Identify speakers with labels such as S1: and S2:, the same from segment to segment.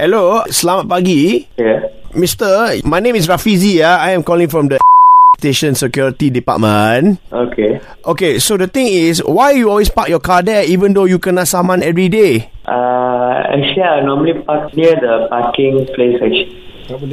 S1: Hello, selamat pagi.
S2: Yeah.
S1: Mister, my name is Rafizi. Ah, I am calling from the station security department.
S2: Okay.
S1: Okay, so the thing is, why you always park your car there even though you kena saman every day?
S2: Uh, actually, I normally park near the parking place. Actually,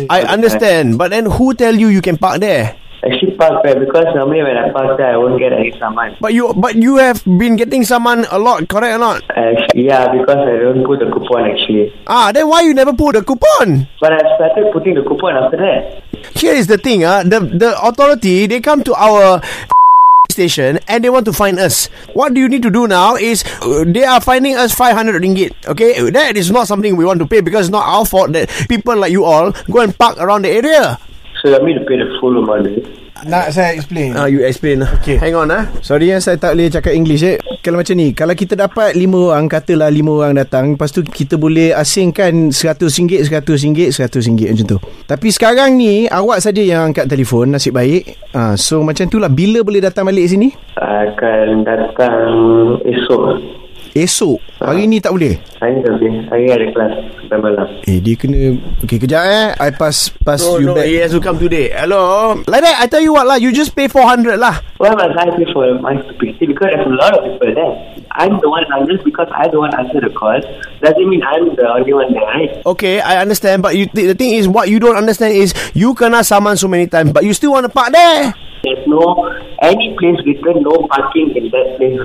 S1: I understand, but then who tell you you can park there?
S2: actually park there because normally when I park there, I won't get any saman.
S1: But you but you have been getting saman a lot, correct or not?
S2: Actually, yeah, because I don't put the coupon actually.
S1: Ah, then why you never put the coupon?
S2: But I started putting the coupon after that.
S1: Here is the thing, ah, the the authority they come to our station and they want to find us. What do you need to do now is uh, they are finding us 500 ringgit. Okay, that is not something we want to pay because it's not our fault that people like you all go and park around the area.
S2: So you want me to pay the full amount? is it?
S3: Nak saya explain
S1: Ah, you explain. Okay. Hang on ah.
S3: Sorry yang saya tak boleh cakap English eh. Kalau macam ni Kalau kita dapat 5 orang Katalah 5 orang datang Lepas tu kita boleh asingkan RM100 RM100 RM100 macam tu Tapi sekarang ni Awak saja yang angkat telefon Nasib baik ha, So macam tu lah Bila boleh datang balik sini?
S2: Akan datang esok.
S3: Esok Hari ni tak boleh?
S2: Hari ni tapi hari ada kelas sampai malam.
S3: Eh dia kena Okay kejap eh I pass, pass
S1: No,
S3: you
S1: no,
S3: back
S1: he has to come today. Hello. Like that, I tell you what lah. You just pay 400 lah.
S2: Why must I pay for my stupidity? Because there's a lot of people there. I'm the one, and just because I'm the one answer the call, doesn't mean I'm the only one there, right?
S1: Okay, I understand. But you, th- the thing is, what you don't understand is you kena saman so many times, but you still want to park there.
S2: There's no any place written no parking in that place.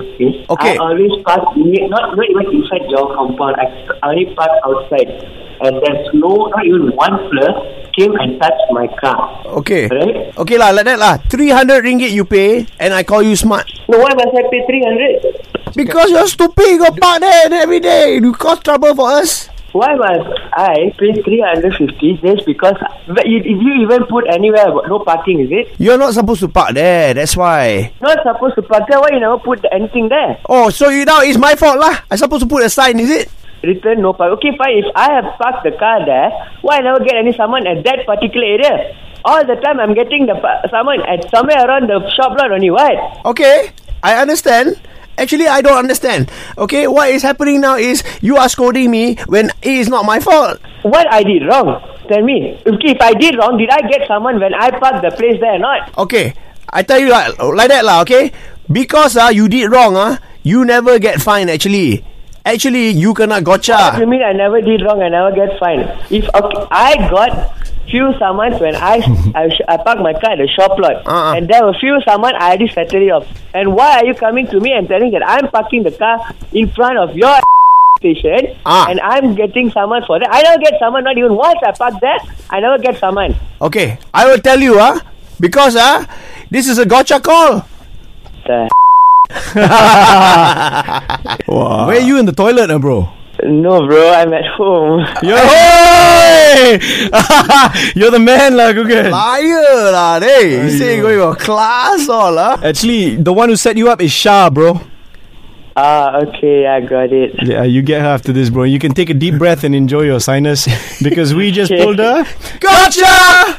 S2: Okay.
S1: Okay.
S2: I always park near, not not even inside your compound. I, I only park outside, and there's no not even one player came and touched my car.
S1: Okay.
S2: Right?
S1: Okay lah, like that lah. 300 ringgit you pay, and I call you smart.
S2: No, why must I pay three hundred?
S1: Because you're stupid, you go park there and every day. You cause trouble for us.
S2: Why must I pay three hundred fifty just because? But you, if you even put anywhere about no parking, is it?
S1: You're not supposed to park there, that's why.
S2: Not supposed to park there. Why you never put anything there?
S1: Oh, so you now it's my fault lah. I supposed to put a sign, is it?
S2: Return no park. Okay, fine. If I have parked the car there, why I never get any summon at that particular area? All the time I'm getting the pa- summon at somewhere around the shop lot only. Why?
S1: Okay, I understand. Actually, I don't understand. Okay, what is happening now is you are scolding me when it is not my fault.
S2: What I did wrong? Tell me. If, if I did wrong, did I get summon when I parked the place there or not?
S1: Okay, I tell you like, like that lah, okay? Because ah, you did wrong ah, you never get fined actually. Actually, you kena
S2: What do
S1: gotcha.
S2: you mean I never did wrong? I never get fined. If okay, I got few summons when I I, sh- I parked my car at the shop lot,
S1: Uh-uh.
S2: and there were few summons I already settled it off. And why are you coming to me and telling that I'm parking the car in front of your station
S1: Ah.
S2: and I'm getting summons for that? I never get summons. Not even once I parked there, I never get summons.
S1: Okay, I will tell you ah, because ah, this is a gotcha call.
S2: The
S3: Where you in the toilet ah bro?
S2: no, bro, I'm at home.
S3: Yo You're the man lah Google
S1: Liar lah, hey. You say you go your class all ah.
S3: Actually the one who set you up is Shah bro
S2: Ah, okay, I got it.
S3: Yeah, you get her after this, bro. You can take a deep breath and enjoy your sinus because we just
S2: Okay.
S3: pulled her.
S1: Gotcha!